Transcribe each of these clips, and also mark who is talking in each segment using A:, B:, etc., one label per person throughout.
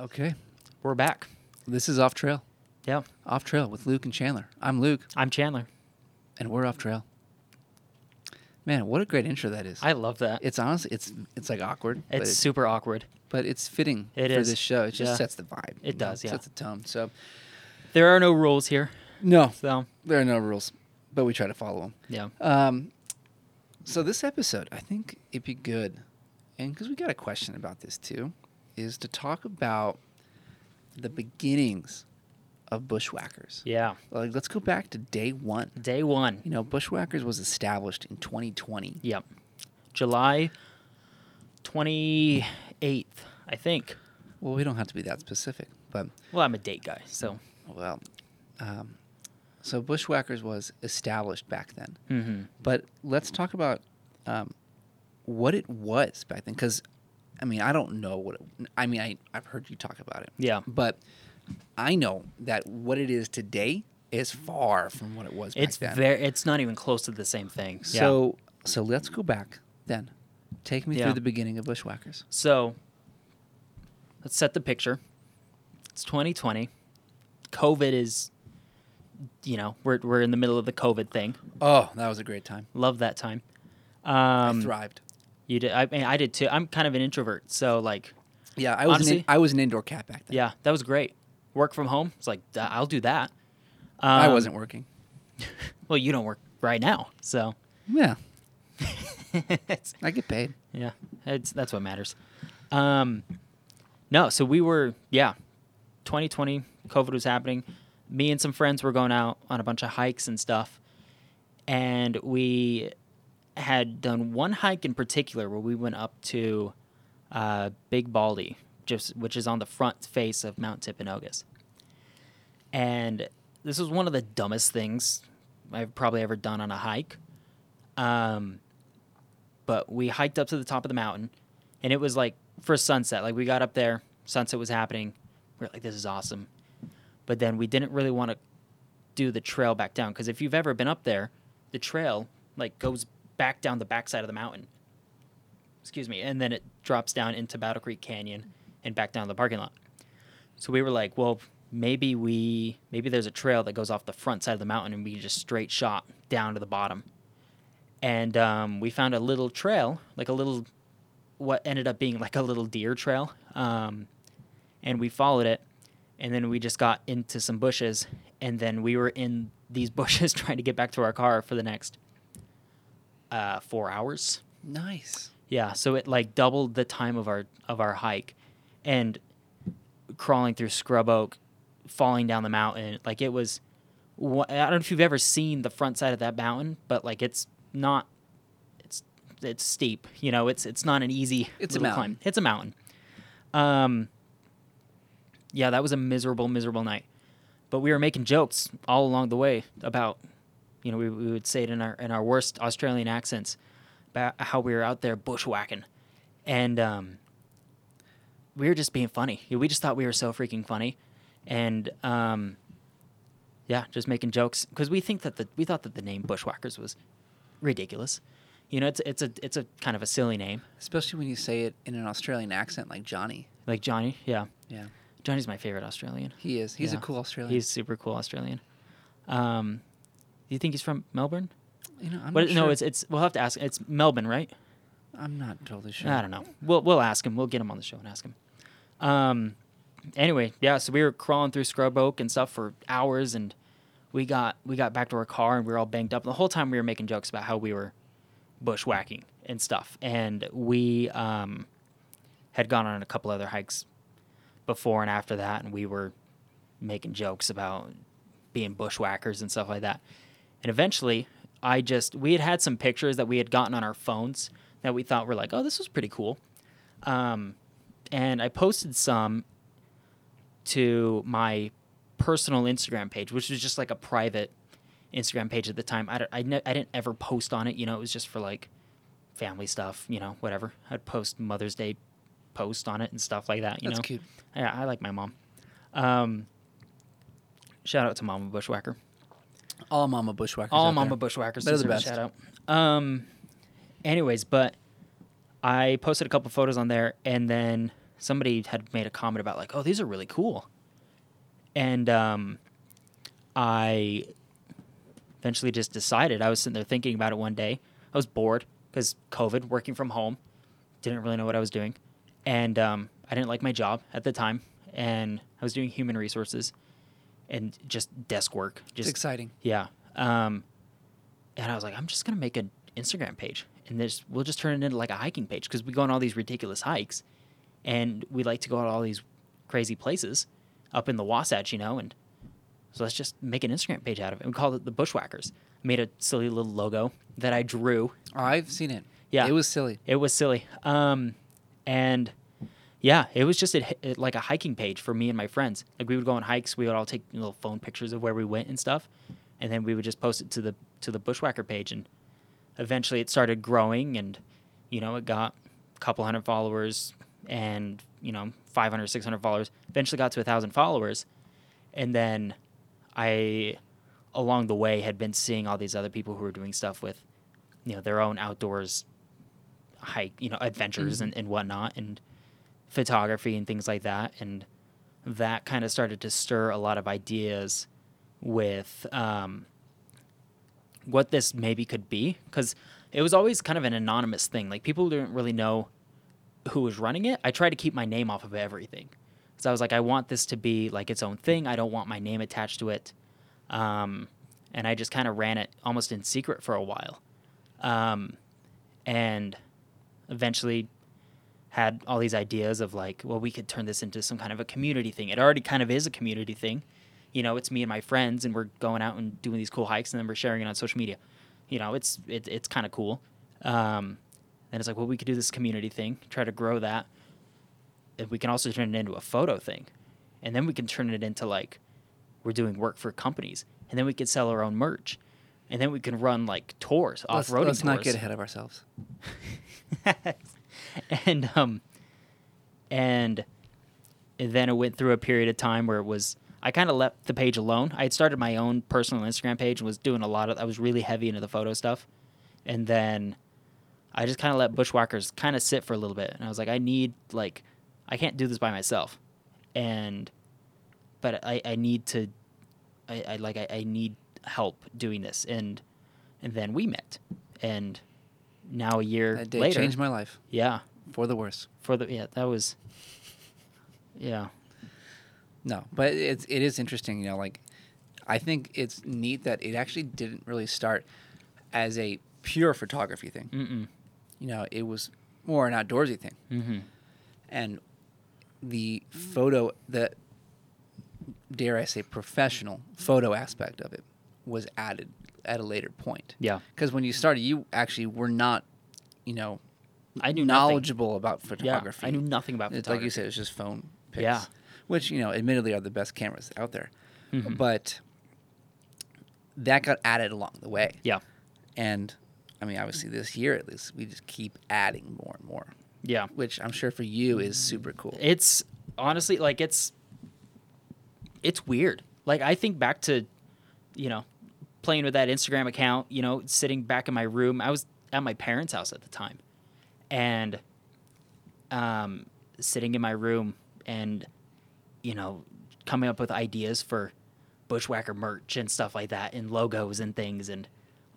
A: Okay.
B: We're back.
A: This is Off Trail.
B: Yeah.
A: Off Trail with Luke and Chandler. I'm Luke,
B: I'm Chandler.
A: and we're Off Trail. Man, what a great intro that is.
B: I love that.
A: it's honestly, it's it's like awkward, but,
B: It's
A: it-
B: super awkward.
A: but it's fitting
B: It
A: for
B: is.
A: this show. It just
B: Yeah.
A: sets the vibe. you
B: It does, yeah.
A: Sets the tone. So,
B: There are no rules here.
A: no,
B: So,
A: there are no rules, but we try to follow them.
B: yeah.
A: Um, so this episode, I think it'd be good, and because we got a question about this too, is to talk about the beginnings of bushwhackers.
B: Yeah.
A: Like, let's go back to day one.
B: Day one.
A: You know, bushwhackers was established in 2020.
B: Yep. July 28th, I think.
A: Well, we don't have to be that specific, but
B: Well, I'm a date guy. So,
A: well, um, so bushwhackers was established back then.
B: mm-hmm.
A: But let's talk about um, what it was back then, because I mean, I don't know what. It, I mean, I I've heard you talk about it,
B: yeah.
A: but I know that what it is today is far from what it was back
B: It's
A: then.
B: very, it's not even close to the same thing. Yeah.
A: so so let's go back then. Take me
B: Yeah.
A: through the beginning of bushwhackers.
B: So let's set the picture. It's 2020. COVID is, you know, we're, we're in the middle of the COVID thing.
A: Oh, that was a great time.
B: Love that time.
A: I
B: Um,
A: thrived.
B: you did. I mean, I did too. I'm kind of an introvert, so like,
A: Yeah, I was an
B: honestly-
A: in, I was an indoor cat back then.
B: yeah, that was great. Work from home. It's like "Duh, I'll do that. Um,
A: I wasn't working.
B: Well, you don't work right now, so
A: Yeah,
B: it's,
A: I get paid.
B: yeah, it's that's what matters. Um, no, so we were yeah, 2020 COVID was happening. Me and some friends were going out on a bunch of hikes and stuff, and we had done one hike in particular where we went up to uh, Big Baldy, just which is on the front face of Mount Tippinogus. And this was one of the dumbest things I've probably ever done on a hike. Um, but we hiked up to the top of the mountain, and it was like for sunset. Like we got up there, sunset was happening. We are like, this is awesome. But then we didn't really want to do the trail back down because if you've ever been up there, the trail like goes back down the backside of the mountain. Excuse me, and then it drops down into Battle Creek Canyon and back down to the parking lot. So we were like, well, maybe we maybe there's a trail that goes off the front side of the mountain and we can just straight shot down to the bottom. And um, we found a little trail, like a little what ended up being like a little deer trail. Um, and we followed it and then we just got into some bushes and then we were in these bushes trying to get back to our car for the next uh, four hours.
A: Nice.
B: Yeah, so it like doubled the time of our of our hike, and crawling through scrub oak, falling down the mountain. Like it was, wha- I don't know if you've ever seen the front side of that mountain, but like it's not, it's it's steep. You know, it's it's not an easy.
A: It's a
B: little
A: mountain.
B: Climb. It's a mountain. Um. Yeah, that was a miserable, miserable night. But we were making jokes all along the way about, you know, we, we would say it in our in our worst Australian accents about how we were out there bushwhacking, and um, we were just being funny. We just thought we were so freaking funny, and um, yeah, just making jokes because we think that the we thought that the name Bushwhackers was ridiculous. You know, it's it's a it's a kind of a silly name,
A: Especially when you say it in an Australian accent like Johnny.
B: like Johnny. Yeah,
A: Yeah.
B: Johnny's my favorite Australian.
A: He is. He's a
B: Yeah.
A: cool Australian.
B: He's super cool Australian. Um, do you think he's from Melbourne?
A: you know, I'm
B: What,
A: not
B: No,
A: sure.
B: it's it's we'll have to ask. It's Melbourne, right?
A: I'm not totally sure.
B: I don't know. We'll we'll ask him. We'll get him on the show and ask him. Um, anyway, yeah. So we were crawling through scrub oak and stuff for hours, and we got we got back to our car and we were all banged up. And the whole time we were making jokes about how we were bushwhacking and stuff, and we um, had gone on a couple other hikes before and after that, and we were making jokes about being bushwhackers and stuff like that. And eventually, I just we had had some pictures that we had gotten on our phones that we thought were like, oh, this was pretty cool. Um, and I posted some to my personal Instagram page, which was just like a private Instagram page at the time. I don't, I, ne- I didn't ever post on it. You know, it was just for like family stuff. You know, whatever. I'd post Mother's Day post on it and stuff like that. You
A: That's
B: know,
A: cute.
B: yeah, I like my mom. Um, shout out to Mama Bushwhacker.
A: All mama bushwhackers.
B: All
A: out
B: Mama
A: there.
B: Bushwhackers
A: They're the
B: deserve a
A: best.
B: shout out. Um, anyways, but I posted a couple photos on there, and then somebody had made a comment about like, oh, these are really cool, and um, I eventually just decided. I was sitting there thinking about it one day. I was bored because COVID, working from home, didn't really know what I was doing, and um, I didn't like my job at the time, and I was doing human resources and just desk work.
A: It's
B: Just
A: exciting.
B: yeah. Um, and I was like, I'm just gonna make an Instagram page, and this we'll just turn it into like a hiking page because we go on all these ridiculous hikes, and we like to go on all these crazy places up in the Wasatch, you know. And so let's just make an Instagram page out of it. We called it the Bushwhackers. Made a silly little logo that I drew.
A: I've seen it.
B: Yeah.
A: It was silly.
B: It was silly. Um, and yeah, it was just a, it- like a hiking page for me and my friends. Like we would go on hikes. We would all take little phone pictures of where we went and stuff, and then we would just post it to the to the bushwhacker page. And eventually, it started growing, and you know, it got a couple hundred followers, and you know, 500, 600 followers. Eventually, got to a thousand followers, and then I along the way had been seeing all these other people who were doing stuff with you know their own outdoors hike, you know, adventures and, and whatnot, and photography and things like that. And that kind of started to stir a lot of ideas with um, what this maybe could be. Because it was always kind of an anonymous thing. Like people didn't really know who was running it. I tried to keep my name off of everything. Because I was like, I want this to be like its own thing. I don't want my name attached to it. Um, and I just kind of ran it almost in secret for a while. Um, and eventually had all these ideas of like, well, we could turn this into some kind of a community thing. It already kind of is a community thing. You know, it's me and my friends, and we're going out and doing these cool hikes, and then we're sharing it on social media. You know, it's it, it's kind of cool. Um, and it's like, well, we could do this community thing, try to grow that. And we can also turn it into a photo thing, and then we can turn it into like we're doing work for companies, and then we could sell our own merch, and then we can run like tours,
A: Let's,
B: off roading
A: let's
B: tours.
A: not get ahead of ourselves.
B: and um and then it went through a period of time where it was I kind of left the page alone. I had started my own personal Instagram page and was doing a lot of I was really heavy into the photo stuff. And then I just kind of let Bushwhackers kind of sit for a little bit. And I was like I need like I can't do this by myself. And but I I need to I, I like I, I need help doing this and and then we met and now a year
A: That day
B: later
A: changed my life
B: yeah
A: for the worse.
B: for the yeah that was yeah
A: No, but it's it is interesting. You know, like I think it's neat that it actually didn't really start as a pure photography thing.
B: Mm-mm.
A: You know, it was more an outdoorsy thing,
B: mm-hmm
A: and the photo, the dare I say, professional photo aspect of it was added at a later point.
B: yeah
A: Because when you started, you actually were not, you know,
B: I knew nothing.
A: knowledgeable about
B: yeah
A: photography.
B: i knew nothing about
A: It's
B: photography
A: like you said, it's just phone pics.
B: Yeah.
A: Which, you know, admittedly are the best cameras out there.
B: Mhm.
A: But that got added along the way.
B: yeah
A: And I mean, obviously this year at least, we just keep adding more and more.
B: yeah
A: Which I'm sure for you
B: Mm.
A: is super cool.
B: it's honestly like it's it's weird like i think back to you know playing with that instagram account you know sitting back in my room i was at my parents house at the time and um sitting in my room and you know coming up with ideas for bushwhacker merch and stuff like that and logos and things and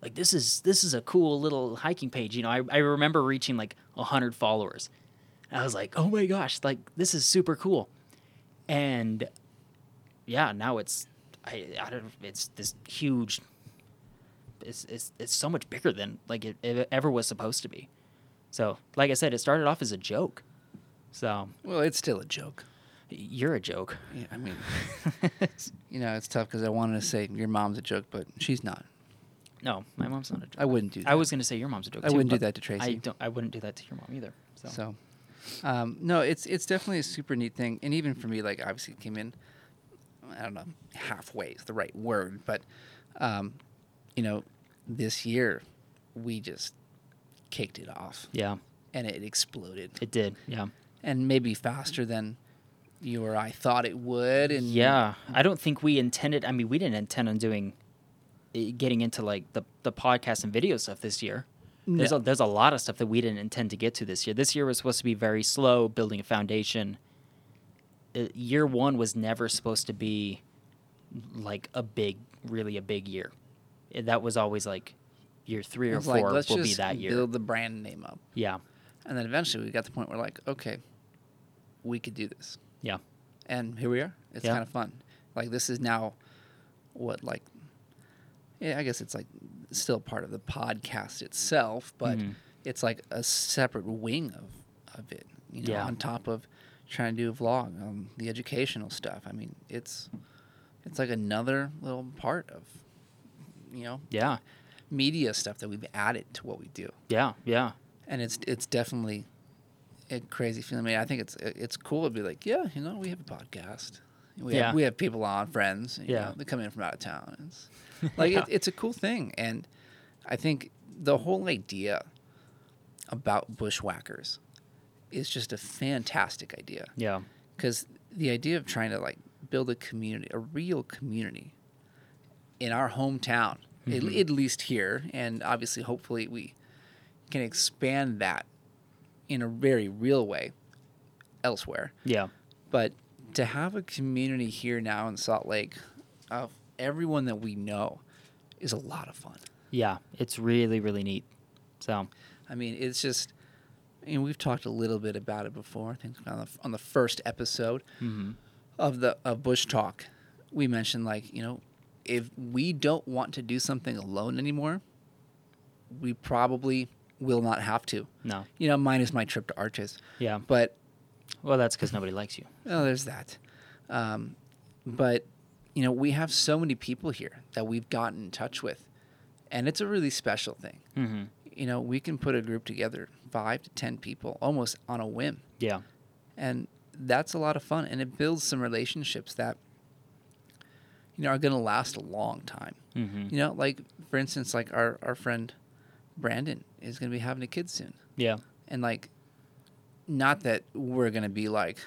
B: like this is this is a cool little hiking page you know i, I remember reaching like 100 followers I was like, oh my gosh, like this is super cool. And yeah, now it's I, I don't it's this huge it's, it's it's so much bigger than like it, it ever was supposed to be. So, like I said, it started off as a joke. So,
A: Well, it's still a joke.
B: you're a joke.
A: Yeah, I mean, you know, it's tough because I wanted to say your mom's a joke, but she's not.
B: no, my mom's not a joke.
A: I wouldn't do that.
B: I was going to say your mom's a joke
A: I
B: too,
A: wouldn't do
B: but
A: that to Tracy.
B: I don't I wouldn't do that to your mom either. So,
A: So, um, no, it's it's definitely a super neat thing, and even for me, like obviously it came in, I don't know, halfway is the right word, but um, you know, this year we just kicked it off,
B: yeah,
A: and it exploded,
B: it did. Yeah.
A: and maybe faster than you or I thought it would, and
B: Yeah, I don't think we intended. I mean, we didn't intend on doing, eh, getting into like the the podcast and video stuff this year. There's a, there's a lot of stuff that we didn't intend to get to this year. This year was supposed to be very slow, building a foundation. Uh, year one was never supposed to be like a big, really a big year. Uh, That was always like year three or
A: It's
B: four
A: like let's
B: will
A: just
B: be that year.
A: build the brand name up,
B: yeah,
A: and then eventually we got to the point where like, okay, we could do this,
B: yeah,
A: and here we are. It's
B: Yeah.
A: kind of fun. Like this is now, what like, yeah, I guess it's like still part of the podcast itself, but
B: Mhm.
A: it's like a separate wing of of it. You know,
B: Yeah.
A: on top of trying to do a vlog, um, the educational stuff. I mean, it's it's like another little part of you know
B: yeah,
A: media stuff that we've added to what we do
B: yeah, yeah.
A: and it's it's definitely a crazy feeling. I mean, I think it's it's cool to be like, yeah, you know, we have a podcast. We
B: Yeah.
A: have, we have people on, friends. You
B: Yeah.
A: know, they come in from out of town. It's, like it, it's a cool thing, and I think the whole idea about bushwhackers is just a fantastic idea
B: Yeah.
A: because the idea of trying to like build a community, a real community, in our hometown, at- at, least here, and obviously, hopefully, we can expand that in a very real way elsewhere.
B: Yeah.
A: But to have a community here now in Salt Lake of everyone that we know is a lot of fun.
B: Yeah. It's really, really neat. So,
A: I mean, it's just, and we've talked a little bit about it before. I think on the on the first episode
B: mm-hmm.
A: of the of Bush Talk, we mentioned like you know, if we don't want to do something alone anymore, we probably will not have to.
B: no.
A: You know, mine is my trip to Arches,
B: Yeah.
A: but
B: Well, that's because nobody likes you.
A: Oh, there's that. Um, but you know, we have so many people here that we've gotten in touch with, and it's a really special thing.
B: Mhm.
A: You know, we can put a group together, five to ten people, almost on a whim,
B: Yeah.
A: and that's a lot of fun. And it builds some relationships that you know are going to last a long time.
B: hmm
A: You know, like for instance, like our our friend Brandon is going to be having a kid soon
B: Yeah.
A: and like not that we're gonna be like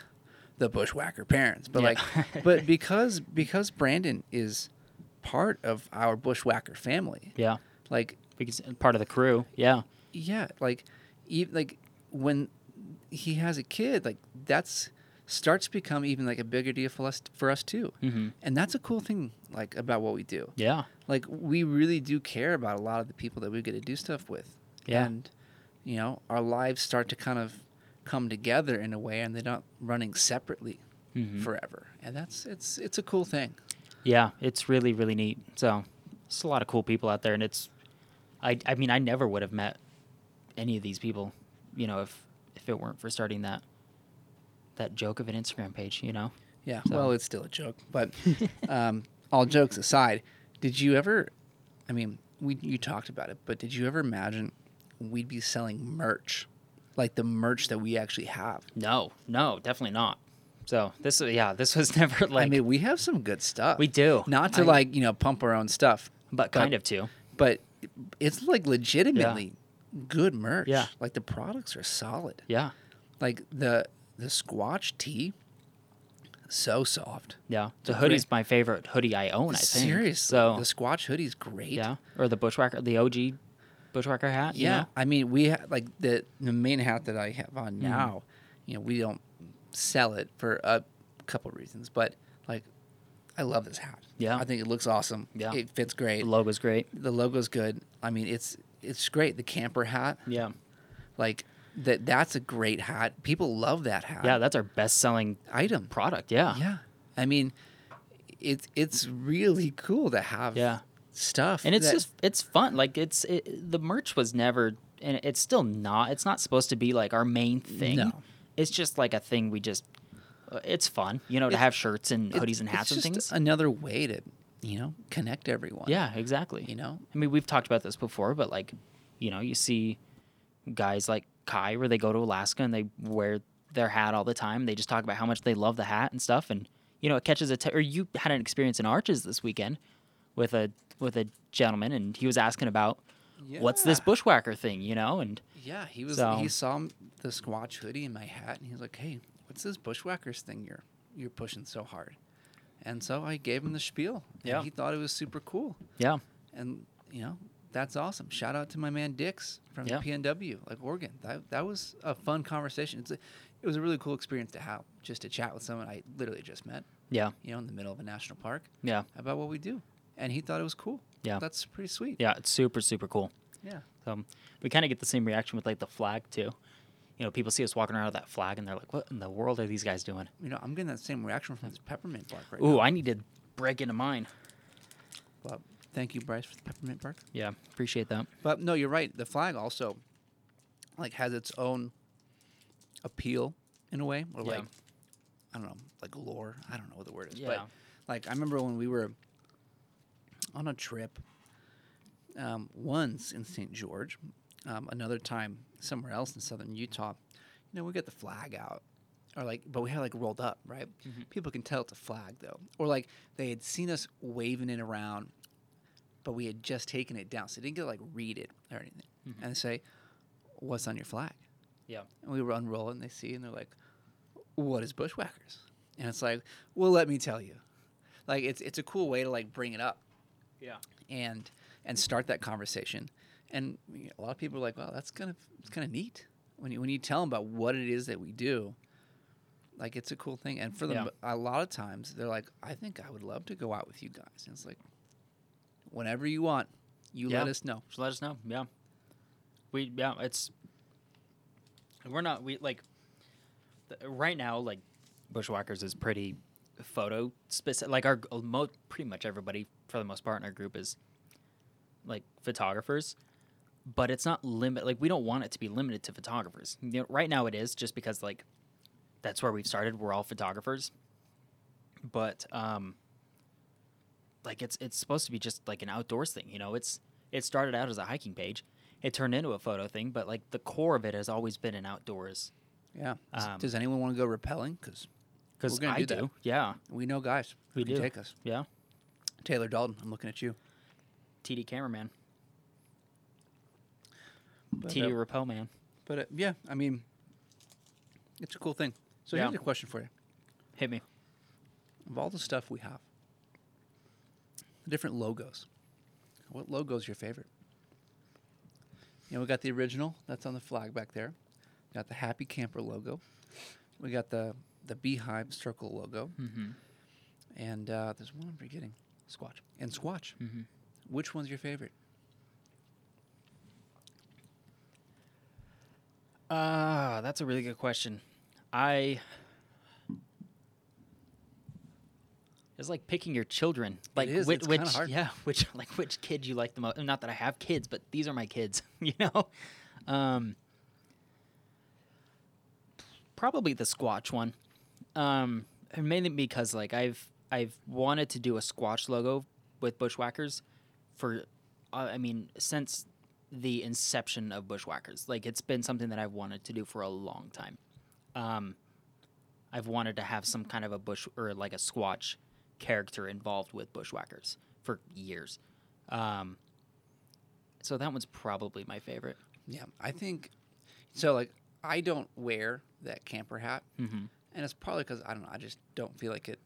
A: the bushwhacker parents but
B: Yeah.
A: like but because because brandon is part of our bushwhacker family
B: Yeah.
A: like
B: Because part of the crew. Yeah.
A: yeah like e- like when he has a kid like that's starts to become even like a bigger deal for us for us too
B: Mhm.
A: and that's a cool thing like about what we do
B: Yeah.
A: like we really do care about a lot of the people that we get to do stuff with
B: Yeah.
A: and you know our lives start to kind of come together in a way and they're not running separately
B: Mhm.
A: forever and that's it's it's a cool thing
B: Yeah, it's really really neat. So, it's a lot of cool people out there, and it's, I I mean I never would have met any of these people, you know, if if it weren't for starting that that joke of an Instagram page, you know.
A: yeah
B: So-
A: well it's still a joke but um, all jokes aside did you ever i mean we you talked about it but did you ever imagine we'd be selling merch like the merch that we actually have
B: No, no, definitely not. So this yeah, this was never like
A: i mean we have some good stuff
B: we do
A: not to
B: I-
A: like you know pump our own stuff
B: but kind of too.
A: but it's like legitimately good merch.
B: Yeah.
A: Like the products are solid.
B: Yeah,
A: Like the the squatch tee, so soft.
B: yeah. The
A: Great.
B: hoodie's my favorite hoodie I own. I think.
A: Seriously,
B: So
A: the squatch hoodie's great.
B: yeah, or the bushwhacker, the OG bushwhacker hat. you
A: yeah.
B: know?
A: I mean, we ha- like the the main hat that I have
B: Mm.
A: on now. You know, we don't sell it for a couple reasons, but like, I love this hat.
B: Yeah.
A: I think it looks awesome.
B: Yeah.
A: it fits great.
B: The logo's great.
A: the logo's good. I mean, it's it's great. The camper hat.
B: Yeah.
A: Like that that's a great hat. People love that hat.
B: Yeah, that's our best selling
A: item.
B: product. Yeah.
A: Yeah. I mean it's it's really cool to have
B: Yeah.
A: stuff.
B: And it's
A: that-
B: just it's fun. Like it's it, the merch was never and it's still not it's not supposed to be like our main thing.
A: No.
B: It's just like a thing we just uh, it's fun, you know, to
A: It's-
B: have shirts and
A: it-
B: hoodies and hats and
A: it's just
B: things.
A: Another way to, you know, connect everyone.
B: yeah, exactly.
A: You know?
B: I mean, we've talked about this before, but like, you know, you see guys like Kai where they go to Alaska and they wear their hat all the time. They just talk about how much they love the hat and stuff, and you know, it catches a. T- or you had an experience in Arches this weekend with a with a gentleman, and he was asking about what's this
A: Yeah.
B: bushwhacker thing, you know, and
A: Yeah, he was
B: So-
A: he saw m- the squatch hoodie in my hat and he was like, "Hey, what's this bushwhackers thing you're you're pushing so hard?" And so I gave him the spiel. and
B: Yeah.
A: he thought it was super cool.
B: yeah,
A: And you know, That's awesome. Shout out to my man Dix from
B: Yeah.
A: PNW, like Oregon. That that was a fun conversation. It's a, it was a really cool experience to have, just to chat with someone I literally just met,
B: Yeah.
A: you know, in the middle of a national park
B: Yeah.
A: about what we do, and he thought it was cool.
B: Yeah.
A: that's pretty sweet.
B: Yeah. It's super, super cool.
A: yeah.
B: So we kind of get the same reaction with like the flag too. You know, people see us walking around with that flag and they're like, what in the world are these guys doing?
A: You know, I'm getting that same reaction from this peppermint bark right
B: Ooh,
A: now.
B: I need to break into mine.
A: But thank you, Bryce, for the peppermint bark.
B: Yeah. Appreciate that.
A: But no, you're right. The flag also like has its own appeal in a way, or
B: Yeah.
A: like I don't know, like lore. I don't know what the word is,
B: Yeah.
A: but like I remember when we were on a trip um, once in St. George, um, another time somewhere else in southern Utah. You know, we got the flag out, or like, but we had like rolled up, right? People can tell it's a flag though, or like they had seen us waving it around, but we had just taken it down, so they didn't get to, like read it or anything, and they say, "What's on your flag?"
B: Yeah.
A: And we unroll it and they see and they're like, What is bushwhackers? And it's like, Well, let me tell you. Like it's it's a cool way to like bring it up
B: Yeah.
A: and and start that conversation. And you know, a lot of people are like, Wow, that's kind of it's kind of neat. When you when you tell them about what it is that we do, like it's a cool thing. And for them,
B: Yeah.
A: a lot of times they're like, I think I would love to go out with you guys. And it's like, whenever you want, you let
B: Yeah.
A: us know.
B: Just let us know. Yeah. We yeah, it's we're not we like th- right now like Bushwhackers is pretty photo specific. Like our uh, mo- pretty much everybody for the most part in our group is like photographers, but it's not limit like we don't want it to be limited to photographers. You know, right now it is just because like that's where we've started. We're all photographers. But um like it's it's supposed to be just like an outdoors thing you know it's it started out as a hiking page it turned into a photo thing but like the core of it has always been an outdoors
A: Yeah.
B: Um,
A: Does anyone want to go rappelling? Because
B: because
A: We're gonna
B: i
A: do
B: do,
A: that.
B: yeah
A: we know guys
B: we
A: who can
B: do
A: take us.
B: yeah
A: Taylor Dalton, I'm looking at you.
B: td cameraman
A: But,
B: td
A: uh,
B: repel man
A: but, uh, yeah, I mean, it's a cool thing. So
B: Yeah.
A: here's a question for you:
B: hit me
A: Of all the stuff we have, the different logos, what logo's your favorite? You know, we got the original that's on the flag back there. We got the Happy Camper logo. We got the the Beehive Circle logo,
B: mm-hmm
A: and uh, there's one I'm forgetting.
B: squatch
A: And Squatch.
B: mm-hmm
A: Which one's your favorite?
B: Ah, that's a really good question. I it's like picking your children. Like
A: is,
B: which,
A: it's kinda
B: which
A: hard.
B: yeah, which like which kid you like the most. Not that I have kids, but these are my kids, you know. Um probably the Squatch one. Um and mainly because like I've I've wanted to do a Squatch logo with Bushwhackers for uh, I I mean since the inception of Bushwhackers. Like it's been something that I've wanted to do for a long time. Um, I've wanted to have some kind of a bush or like a Squatch character involved with Bushwhackers for years. Um, so that one's probably my favorite.
A: Yeah, I think so. Like, I don't wear that camper hat,
B: Mhm.
A: and it's probably because I don't know. I just don't feel like it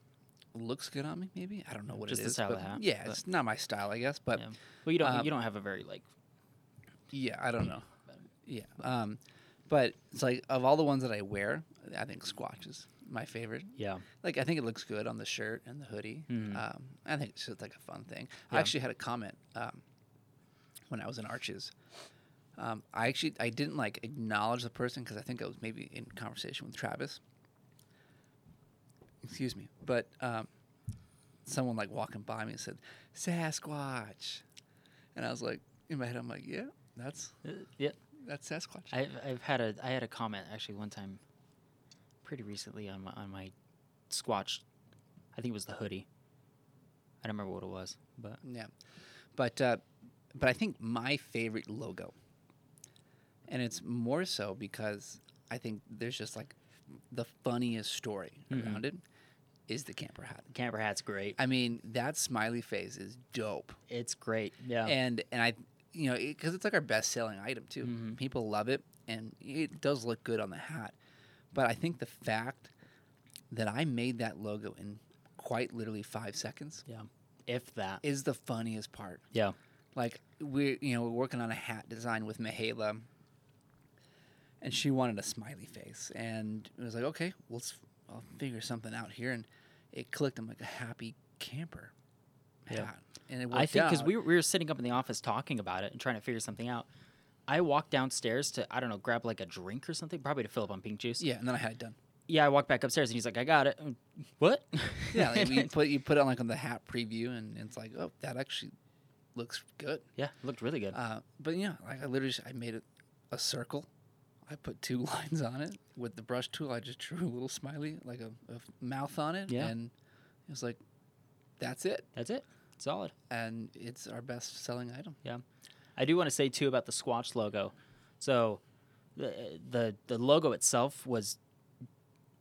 A: looks good on me. Maybe I don't know what
B: Just
A: it
B: the
A: is.
B: style of
A: but
B: the hat,
A: Yeah,
B: but-
A: it's not my style, I guess. But
B: Yeah.
A: yeah,
B: Well, you don't
A: Um,
B: you don't have a very like
A: I don't know. Yeah, um, but it's like of all the ones that I wear, I think Squatch is my favorite.
B: yeah
A: Like, I think it looks good on the shirt and the hoodie.
B: Mhm.
A: Um, I think it's just like a fun thing. I
B: Yeah.
A: actually had a comment um, when I was in Arches. Um, I actually I didn't like acknowledge the person because I think I was maybe in conversation with Travis. Excuse me, but um, someone like walking by me and said Sasquatch, and I was like in my head I'm like yeah that's
B: uh, yeah.
A: that's Sasquatch.
B: I, I've had a I had a comment actually one time, pretty recently on my on my Squatch. I think it was the hoodie. I don't remember what it was, but
A: Yeah, but uh, but I think my favorite logo, and it's more so because I think there's just like the funniest story
B: Mhm.
A: around it, is the camper hat.
B: camper hat's great.
A: I mean, that smiley face is dope,
B: It's great. Yeah.
A: and and I, you know, because it's like our best selling item too.
B: Mhm.
A: People love it, and it does look good on the hat. But I think the fact that I made that logo in quite literally five seconds
B: yeah. If that.
A: is the funniest part.
B: yeah.
A: Like we you know we're working on a hat design with Mihaela, and she wanted a smiley face, and it was like, okay, we'll s- I'll figure something out here, and it clicked. I'm like a happy camper hat,
B: Yeah.
A: and it worked
B: I think because
A: out.
B: we, were- we were sitting up in the office talking about it and trying to figure something out. I walked downstairs to I don't know grab like a drink or something, probably to fill up on pink juice.
A: yeah, and then I had it done.
B: Yeah, I walked back upstairs and he's like, "I got it." I'm, What?
A: Yeah, like you put you put it on like on the hat preview, and it's like, oh, that actually looks good.
B: yeah, it looked really good.
A: Uh, but yeah, like I literally just, I made it a circle. I put two lines on it with the brush tool. I just drew a little smiley, like a, a mouth on it,
B: Yeah.
A: and it was like, that's it.
B: That's it. Solid.
A: And it's our best selling item.
B: Yeah, I do want to say too about the Squatch logo. So, the the the logo itself was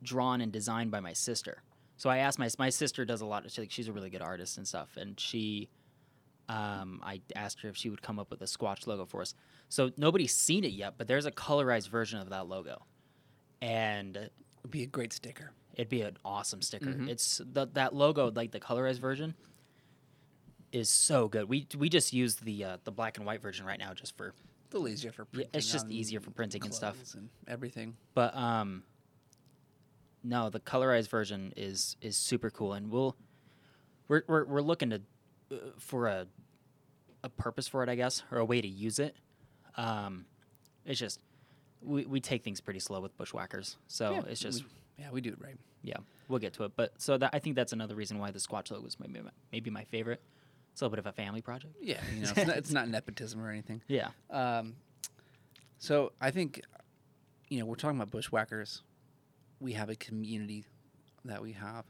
B: drawn and designed by my sister. So I asked my my sister does a lot. She, like, she's a really good artist and stuff, and she. Um, I asked her if she would come up with a Squatch logo for us. So nobody's seen it yet, but there's a colorized version of that logo, and
A: It'd be a great sticker.
B: It'd be an awesome sticker. It's that that logo, like the colorized version, is so good. We we just use the uh, the black and white version right now just for.
A: A little easier for
B: Yeah,
A: printing.
B: it's just
A: on
B: easier for printing and stuff.
A: clothes and everything.
B: But um, no, the colorized version is is super cool, and we'll we're we're, we're looking to uh, for a a purpose for it, I guess, or a way to use it. Um, it's just we we take things pretty slow with bushwhackers, so
A: Yeah,
B: Oh, it's just.
A: we- yeah, we do it right.
B: Yeah, we'll get to it. But so that I think that's another reason why the Squatch logo was maybe my, maybe my favorite. It's a little bit of a family project.
A: Yeah, you know, it's, not, it's not nepotism or anything.
B: Yeah.
A: Um, so I think, you know, we're talking about bushwhackers. We have a community that we have,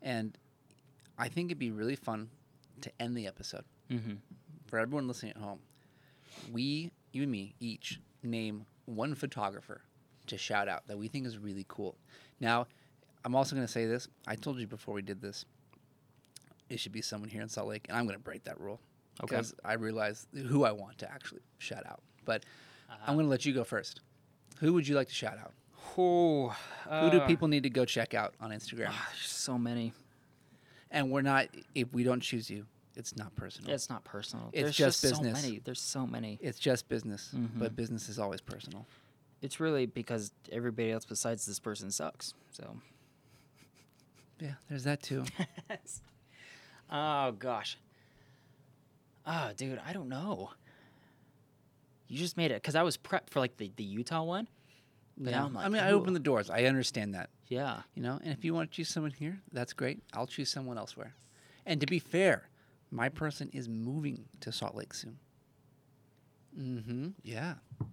A: and I think it'd be really fun to end the episode
B: Mm-hmm.
A: for everyone listening at home. We, you and me, each name one photographer to shout out that we think is really cool. Now, I'm also going to say this. I told you before we did this. It should be someone here in Salt Lake, and I'm going to break that rule
B: Okay.
A: because I realize who I want to actually shout out. But I'm going to let you go first. Who would you like to shout out?
B: Oh,
A: who do people need to go check out on Instagram?
B: Ah. so many.
A: And we're not if we don't choose you, it's not personal.
B: It's not personal.
A: It's
B: There's
A: just
B: just,
A: business.
B: so many. There's so many.
A: It's just business, but business is always personal.
B: It's really because everybody else besides this person sucks. So.
A: Yeah, there's that too.
B: Oh gosh. Oh, dude, I don't know. You just made it because I was prepped for like the, the Utah one. But
A: Yeah.
B: now I'm like,
A: I mean, I
B: ooh.
A: open the doors. I understand that,
B: Yeah.
A: you know. And if you want to choose someone here, that's great. I'll choose someone elsewhere. And to be fair, my person is moving to Salt Lake soon. Mm-hmm. Yeah.
B: I'm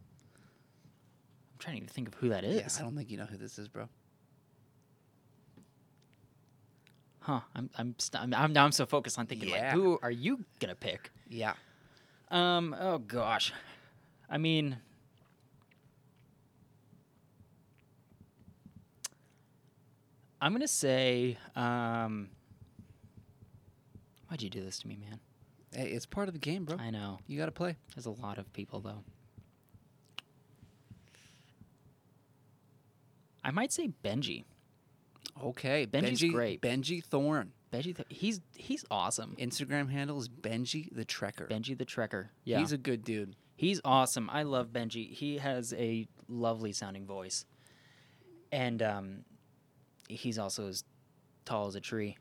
B: trying to even think of who that
A: Yeah.
B: is.
A: I don't think you know who this is, bro.
B: Huh. I'm I'm st- I'm, I'm now I'm so focused on thinking
A: Yeah.
B: like who are you gonna pick?
A: Yeah.
B: Um. Oh gosh. I mean. I'm gonna say. Um, why'd you do this to me, man?
A: Hey, it's part of the game, bro.
B: I know.
A: You got to play.
B: There's a lot of people though. I might say Benji.
A: Okay.
B: Benji's
A: Benji,
B: great.
A: Benji Thorne.
B: Benji, th- he's he's awesome.
A: Instagram handle is Benji the Trekker.
B: Benji the Trekker. Yeah,
A: He's a good dude.
B: He's awesome. I love Benji. He has a lovely sounding voice. And um, he's also as tall as a tree.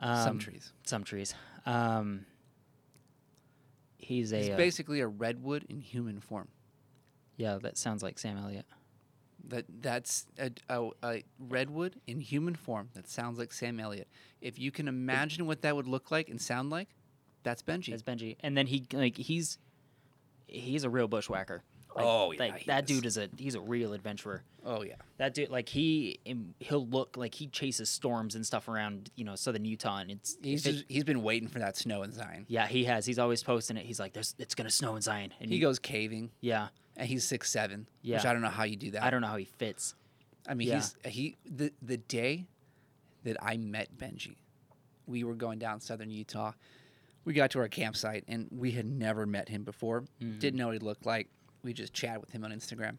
A: Some
B: Um,
A: trees.
B: Some trees. Um, he's a.
A: He's
B: uh,
A: basically a redwood in human form.
B: yeah, that sounds like Sam Elliott.
A: That that's a, a, a redwood in human form that sounds like Sam Elliott. If you can imagine what that would look like and sound like, that's Benji.
B: That's Benji. And then he, like, he's. He's a real bushwhacker. Like-
A: Oh, yeah,
B: Like,
A: he
B: that
A: is.
B: dude is a. He's a real adventurer.
A: oh yeah,
B: That dude, like he, he'll look like he chases storms and stuff around, you know, southern Utah, and it's
A: he's
B: if it-
A: just, he's been waiting for that snow and Zion.
B: Yeah, he has. He's always posting it. He's like, "There's, it's gonna snow in Zion." And
A: He
B: you-
A: goes caving,
B: "Yeah,
A: and he's six seven. which
B: Yeah.
A: I don't know how you do that.
B: I don't know how he fits."
A: I mean,
B: Yeah.
A: he's he the the day that I met Benji, we were going down southern Utah. We got to our campsite and we had never met him before. Didn't know what he looked like. We just chatted with him on Instagram.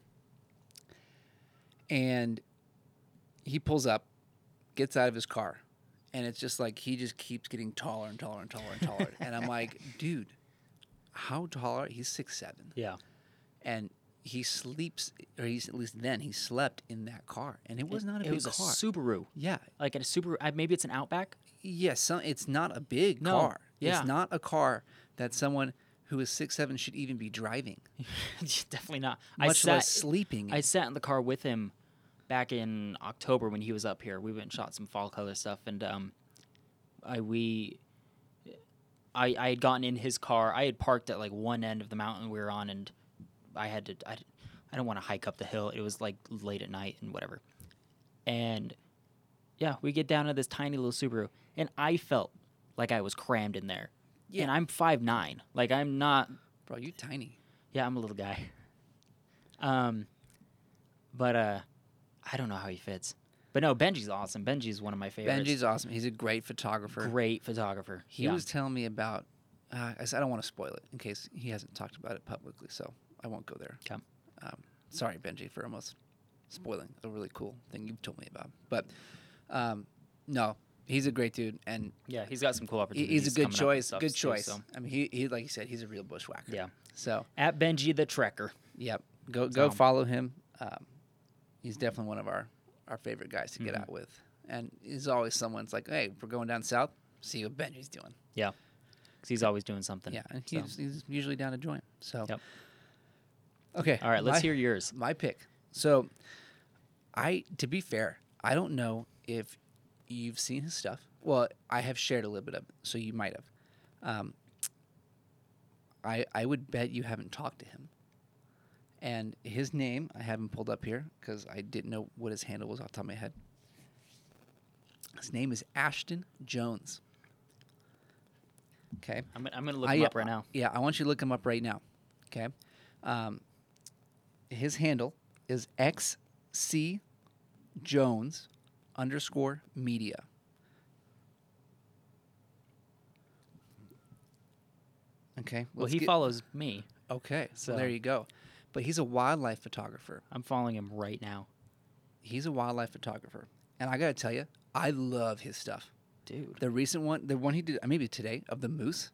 A: And he pulls up, gets out of his car, and it's just like he just keeps getting taller and taller and taller and taller. and I'm like, dude, how tall are he's six seven
B: Yeah.
A: and he sleeps or he's at least then he slept in that car and it was not a
B: it
A: big
B: was
A: car
B: a Subaru.
A: yeah
B: Like a Subaru. I, maybe it's an Outback.
A: yes some, it's not a big
B: No,
A: car
B: yeah.
A: it's not a car that someone who is six seven should even be driving
B: Definitely not. I
A: much
B: sat,
A: less sleeping in.
B: I sat in the car with him back in October when he was up here. We went and shot some fall color stuff, and um, I we. I, I had gotten in his car. I had parked at like one end of the mountain we were on, and I had to. I, I don't want to hike up the hill. It was like late at night and whatever. And yeah, we get down to this tiny little Subaru, and I felt like I was crammed in there.
A: Yeah.
B: And I'm five nine. Like I'm not
A: bro you tiny
B: yeah, I'm a little guy. Um, but uh, I don't know how he fits. But no, Benji's awesome. Benji's one of my favorites.
A: benji's awesome he's a great photographer
B: great photographer.
A: He
B: Yeah.
A: was telling me about. Uh, I said I don't want to spoil it in case he hasn't talked about it publicly, so I won't go there.
B: Okay.
A: Um, sorry, Benji, for almost spoiling a really cool thing you've told me about. But um, no, he's a great dude, and
B: yeah, he's got some cool
A: he-
B: opportunities.
A: he's a
B: coming up
A: good
B: and
A: choice.
B: stuff,
A: Good
B: too,
A: choice.
B: so.
A: I mean, he, he like you said, he's a real bushwhacker.
B: Yeah.
A: So
B: At Benji the Trekker.
A: yeah, go go
B: So-
A: follow him. Um, he's definitely one of our our favorite guys to get
B: Mhm.
A: out with, and he's always someone's like, hey, we're going down south. See what Benji's doing.
B: Yeah, 'Cause he's always doing something.
A: Yeah, and
B: so.
A: he's, he's usually down to join. So,
B: Yep.
A: okay.
B: All right, let's
A: my-
B: hear yours.
A: My pick. So, I to be fair, I don't know if you've seen his stuff. Well, I have shared a little bit of, it, so you might have. Um, I I would bet you haven't talked to him. And his name, I have him pulled up here because I didn't know what his handle was off the top of my head. His name is Ashton Jones. Okay.
B: I'm, gonna- I'm going to look
A: I- uh,
B: him up right now.
A: Yeah, I want you to look him up right now. Okay. Um, his handle is XC Jones underscore media. Okay.
B: Well,
A: let's
B: he
A: get-
B: follows me.
A: Okay. So
B: so-
A: there you go. But he's a wildlife photographer.
B: I'm following him right now.
A: He's a wildlife photographer. And I got to tell you, I love his stuff.
B: Dude.
A: The recent one, the one he did, uh, maybe today, of the moose,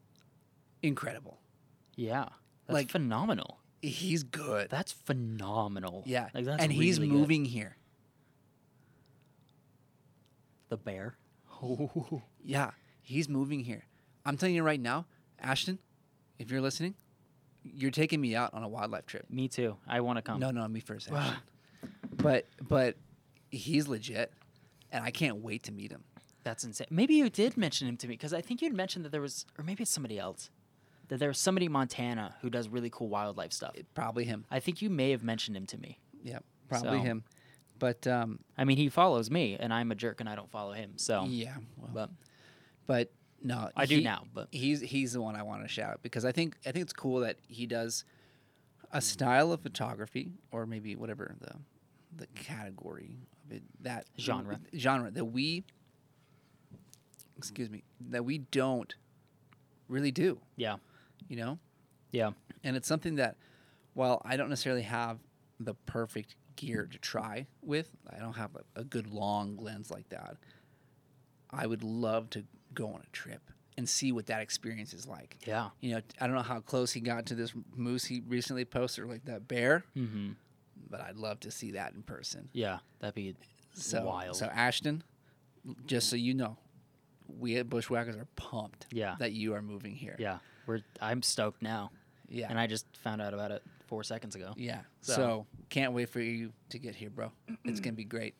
A: incredible.
B: Yeah. That's
A: Like-
B: phenomenal.
A: He's good.
B: That's phenomenal.
A: Yeah,
B: Like, that's
A: and he's
B: really good.
A: moving here.
B: The bear.
A: Yeah, he's moving here. I'm telling you right now, Ashton, if you're listening, you're taking me out on a wildlife trip.
B: Me too. I want to come.
A: No, no, me first, Ashton. but but he's legit, and I can't wait to meet him.
B: That's insane. Maybe you did mention him to me because I think you'd mentioned that there was, or maybe it's somebody else, that there was somebody in Montana who does really cool wildlife stuff.
A: Probably him.
B: I think you may have mentioned him to me.
A: Yeah, probably
B: So-
A: him. But um,
B: I mean, he follows me, and I'm a jerk, and I don't follow him. So,
A: yeah, well,
B: Oh. but
A: but no,
B: I do now, but-
A: he's he's the one I want to shout out because I think I think it's cool that he does a style of photography or maybe whatever the the category of it that
B: Genre.
A: genre that we excuse me that we don't really do
B: yeah,
A: you know
B: yeah,
A: and it's something that while I don't necessarily have the perfect gear to try with, I don't have a, a good long lens like that. I would love to go on a trip and see what that experience is like.
B: yeah.
A: You know, I don't know how close he got to this moose he recently posted, or like that bear,
B: Mm-hmm.
A: but I'd love to see that in person.
B: Yeah, that'd be
A: So,
B: wild.
A: so Ashton, just so you know, we at Bushwhackers are pumped
B: Yeah.
A: that you are moving here.
B: yeah, we're. I'm stoked now,
A: Yeah.
B: and I just found out about it four seconds ago.
A: Yeah. So.
B: So-
A: can't wait for you to get here, bro. It's gonna be great.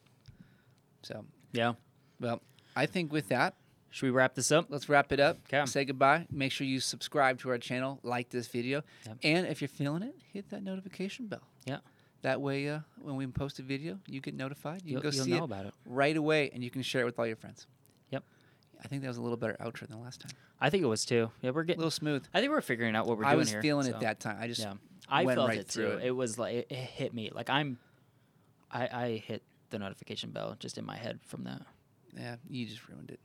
A: So
B: Yeah.
A: well, I think with that,
B: Should we wrap this up?
A: let's wrap it up.
B: 'Kay.
A: Say goodbye. Make sure you subscribe to our channel, like this video,
B: Yep.
A: and if you're feeling it, hit that notification bell.
B: Yeah.
A: That way, uh, when we post a video, you get notified. You
B: You'll,
A: can go
B: you'll
A: see
B: know
A: it
B: about it.
A: right away, and you can share it with all your friends.
B: Yep.
A: I think that was a little better outro than last time.
B: I think it was too. Yeah, we're
A: A
B: getting.
A: little smooth.
B: I think we're figuring out what we're
A: I
B: doing
A: was
B: here,
A: feeling
B: so.
A: it that time. I just
B: yeah, I
A: went
B: felt
A: right
B: it
A: through
B: too.
A: it.
B: It. was like it, it hit me. Like I'm, I I hit the notification bell just in my head from that.
A: yeah, you just ruined it.